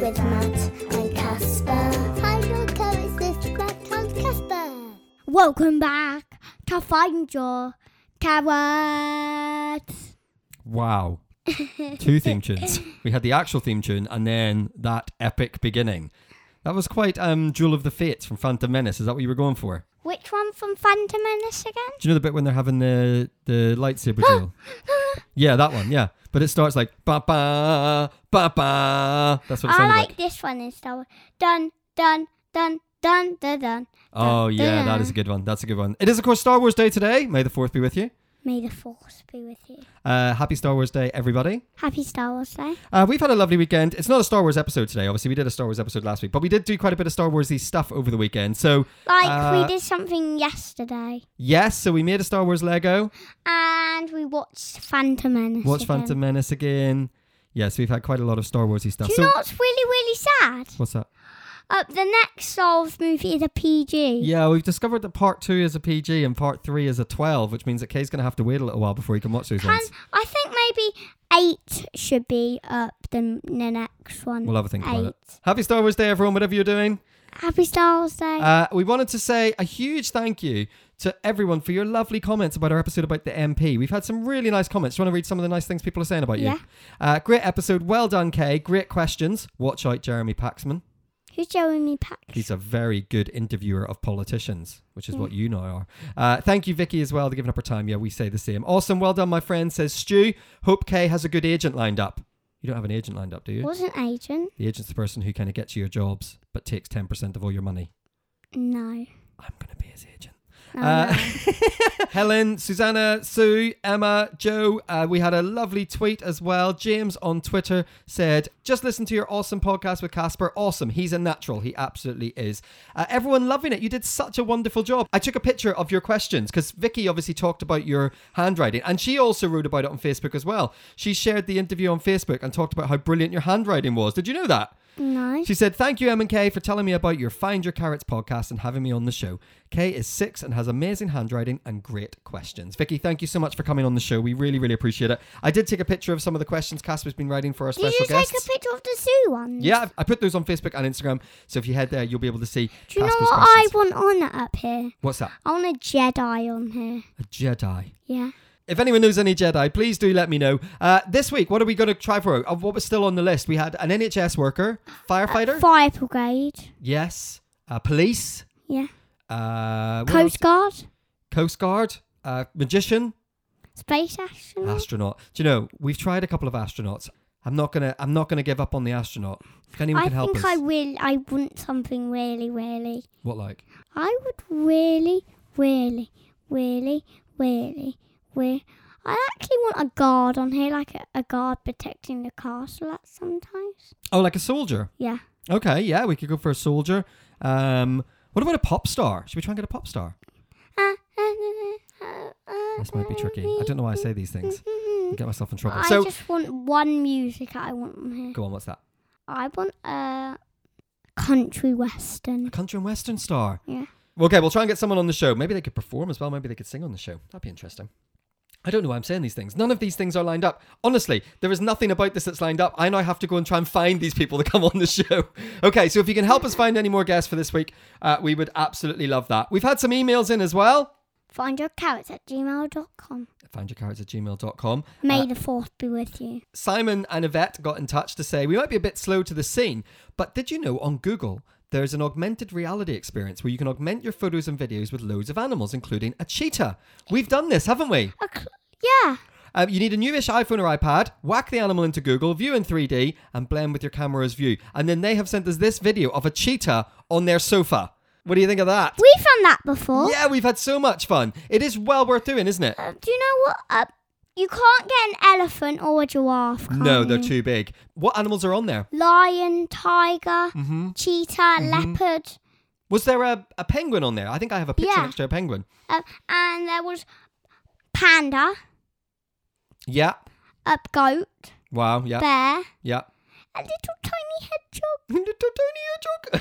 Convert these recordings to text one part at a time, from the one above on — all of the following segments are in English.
with Matt and Casper. Find your coexist, Matt and Casper. Welcome back to Find Your Carrots. Wow. Two theme tunes. We had the actual theme tune and then that epic beginning. That was quite um Jewel of the Fates from Phantom Menace. Is that what you were going for? Which one from Phantom Menace again? Do you know the bit when they're having the the lightsaber duel? yeah, that one, yeah. But it starts like ba ba ba ba that's what it I sounded like this one instead. of Dun, dun, dun, dun, dun, dun. Oh yeah, that is a good one. That's a good one. It is of course Star Wars Day today. May the fourth be with you. May the force be with you. Uh, happy Star Wars Day, everybody. Happy Star Wars Day. Uh, we've had a lovely weekend. It's not a Star Wars episode today. Obviously, we did a Star Wars episode last week, but we did do quite a bit of Star Warsy stuff over the weekend. So Like, Uh, we did something yesterday. yes, so we made a Star Wars Lego. And we watched Phantom Menace. Watch again. Phantom Menace again. Yes, we've had quite a lot of Star Warsy stuff. Do you so know what's really, really sad? what's that? Uh, the next Star Wars movie is a PG. Yeah, we've discovered that part two is a PG and part three is a twelve, which means that Kay's going to have to wait a little while before he can watch those Can, ones. I think maybe eight should be up the, the next one. We'll have a think about it. Eight. Happy Star Wars Day, everyone! Whatever you're doing. Happy Star Wars Day. Uh, we wanted to say a huge thank you to everyone for your lovely comments about our episode about the MP. We've had some really nice comments. Do you want to read some of the nice things people are saying about you? Yeah. Uh, great episode. Well done, Kay. Great questions. Watch out, Jeremy Paxman. Who's Jeremy Pax? He's a very good interviewer of politicians, which is what you now are. Uh, thank you, Vicky, as well, for giving up her time. Yeah, we say the same. Awesome. Well done, my friend, says Stu. Hope Kay has a good agent lined up. You don't have an agent lined up, do you? was an agent. The agent's the person who kind of gets you your jobs but takes 10% of all your money. No. I'm going to be his agent. No, Uh, Oh, no. Helen, Susanna, Sue, Emma, Joe. Uh, we had a lovely tweet as well. James on Twitter said, "Just listen to your awesome podcast with Casper. Awesome. He's a natural. He absolutely is. Uh, everyone loving it. You did such a wonderful job. I took a picture of your questions because Vicky obviously talked about your handwriting, and she also wrote about it on Facebook as well. She shared the interview on Facebook and talked about how brilliant your handwriting was. Did you know that? no. She said, Thank you, M and K, for telling me about your Find Your Carrots podcast and having me on the show. Kay is six and has amazing handwriting and great questions. Vicky, thank you so much for coming on the show. We really, really appreciate it. I did take a picture of some of the questions Casper's been writing for our Did special you guests. take a picture of the zoo one? yeah, I've- I put those on Facebook and Instagram. So if you head there, you'll be able to see Do you know Casper's what I questions. want on it up here? What's that? I want a Jedi on here. A Jedi. Yeah. If anyone knows any Jedi, please do let me know. Uh, this week, what are we going to try for? Uh, what was still on the list? We had an NHS worker, firefighter, Fire brigade. yes, uh, police, Yeah. uh, what else? Coast Guard. Coast Guard, uh, magician, Space astronaut. astronaut. Do you know we've tried a couple of astronauts? I'm not gonna. I'm not gonna give up on the astronaut. If I anyone can help think us, I will. I want something really, really. what like? I would really, really, really, really, really. I actually want a guard on here, like a, a guard protecting the castle at sometimes. Oh, like a soldier. Yeah. Okay, yeah, we could go for a soldier. Um, what about a pop star? Should we try and get a pop star? This might be tricky. I don't know why I say these things. I get myself in trouble. I so just want one music I want on here. go on. What's that? I want a country western. A country and western star. Yeah. Okay, we'll try and get someone on the show. Maybe they could perform as well. Maybe they could sing on the show. That'd be interesting. I don't know why I'm saying these things. None of these things are lined up. Honestly, there is nothing about this that's lined up. I now have to go and try and find these people to come on the show. Okay, so if you can help us find any more guests for this week, uh, we would absolutely love that. We've had some emails in as well. Find your carrots at gmail.com. Findyourcarrots at gmail.com. May the fourth be with you. Simon and Yvette got in touch to say we might be a bit slow to the scene, but did you know on Google there's an augmented reality experience where you can augment your photos and videos with loads of animals, including a cheetah? We've done this, haven't we? A cl- yeah. Um, you need a newish iPhone or iPad, whack the animal into Google, view in 3D, and blend with your camera's view. And then they have sent us this video of a cheetah on their sofa. What do you think of that? We've done that before. Yeah, we've had so much fun. It is well worth doing, isn't it? Uh, do you know what? Uh, you can't get an elephant or a giraffe. Can No, they're you? too big. What animals are on there? Lion, tiger, cheetah, Mm-hmm. leopard, Was there a, a penguin on there? I think I have a picture Yeah. next to a penguin. uh, and there was panda, Yeah. a goat, Wow. Yeah. bear, yeah. a little tiny hedgehog.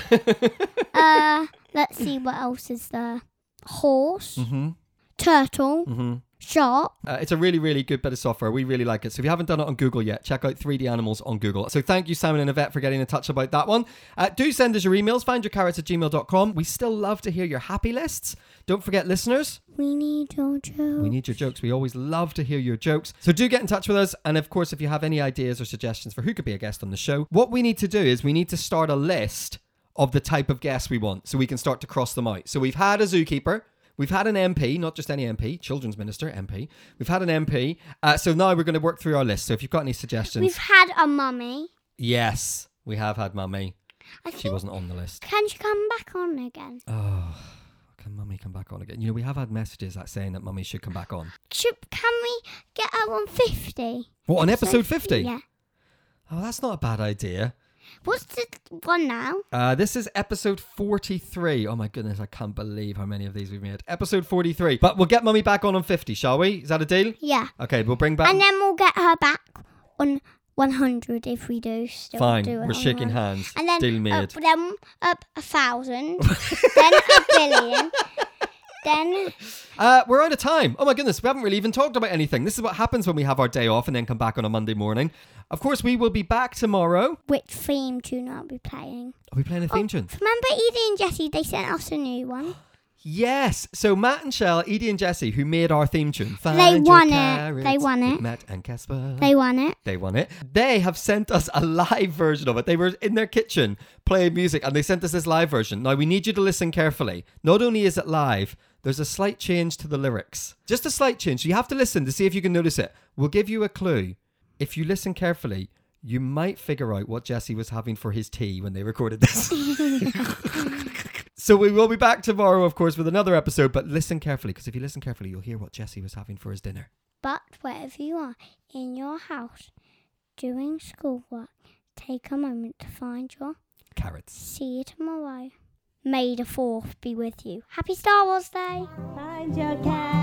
Little tiny hedgehog. uh, let's see what else is there. Horse, mm-hmm. turtle, Mm-hmm. shop. Uh, it's a really, really good bit of software. We really like it. So if you haven't done it on Google yet, check out 3D Animals on Google. So thank you, Simon and Yvette, for getting in touch about that one. Uh, do send us your emails, findyourcarrots at gmail.com. We still love to hear your happy lists. Don't forget, listeners, We need your Joe. we need your jokes. We always love to hear your jokes. So do get in touch with us. And of course, if you have any ideas or suggestions for who could be a guest on the show, what we need to do is we need to start a list of the type of guests we want so we can start to cross them out. So we've had a zookeeper. We've had an MP, not just any MP, children's minister, MP. We've had an MP. Uh, so now we're going to work through our list. So if you've got any suggestions, We've had a mummy. yes, we have had Mummy. I She think, wasn't on the list. can she come back on again? Oh, can Mummy come back on again? You know, we have had messages that saying that Mummy should come back on. Should, can we get her on 50? What, on episode 50? Yeah. Oh, that's not a bad idea. What's the one now? Uh, this is episode 43. Oh my goodness, I can't believe how many of these we've made. Episode 43. But we'll get Mummy back on on 50, shall we? Is that a deal? Yeah. Okay, we'll bring back. and then we'll get her back on 100 if we do still Fine, do it. we're on shaking 100. hands. And then oh, deal made. up, then up a thousand, then a billion, then Uh, we're out of time. Oh my goodness, we haven't really even talked about anything. This is what happens when we have our day off and then come back on a Monday morning. Of course, we will be back tomorrow. which theme tune are we playing? Are we playing a Oh. theme tune? Remember Edie and Jessie? They sent us a new one. Yes. So Matt and Shell, Edie and Jesse, who made our theme tune. Find won your it. They carrots won with it. Matt and Casper. They won it. They won it. They have sent us a live version of it. They were in their kitchen playing music and they sent us this live version. Now, we need you to listen carefully. Not only is it live, there's a slight change to the lyrics. Just a slight change. You have to listen to see if you can notice it. We'll give you a clue. If you listen carefully, you might figure out what Jesse was having for his tea when they recorded this. So we will be back tomorrow, of course, with another episode. But listen carefully, because if you listen carefully, you'll hear what Jesse was having for his dinner. But wherever you are, in your house, doing schoolwork, take a moment to find your. Carrots. See you tomorrow. May the fourth be with you. Happy Star Wars Day. Find your cat.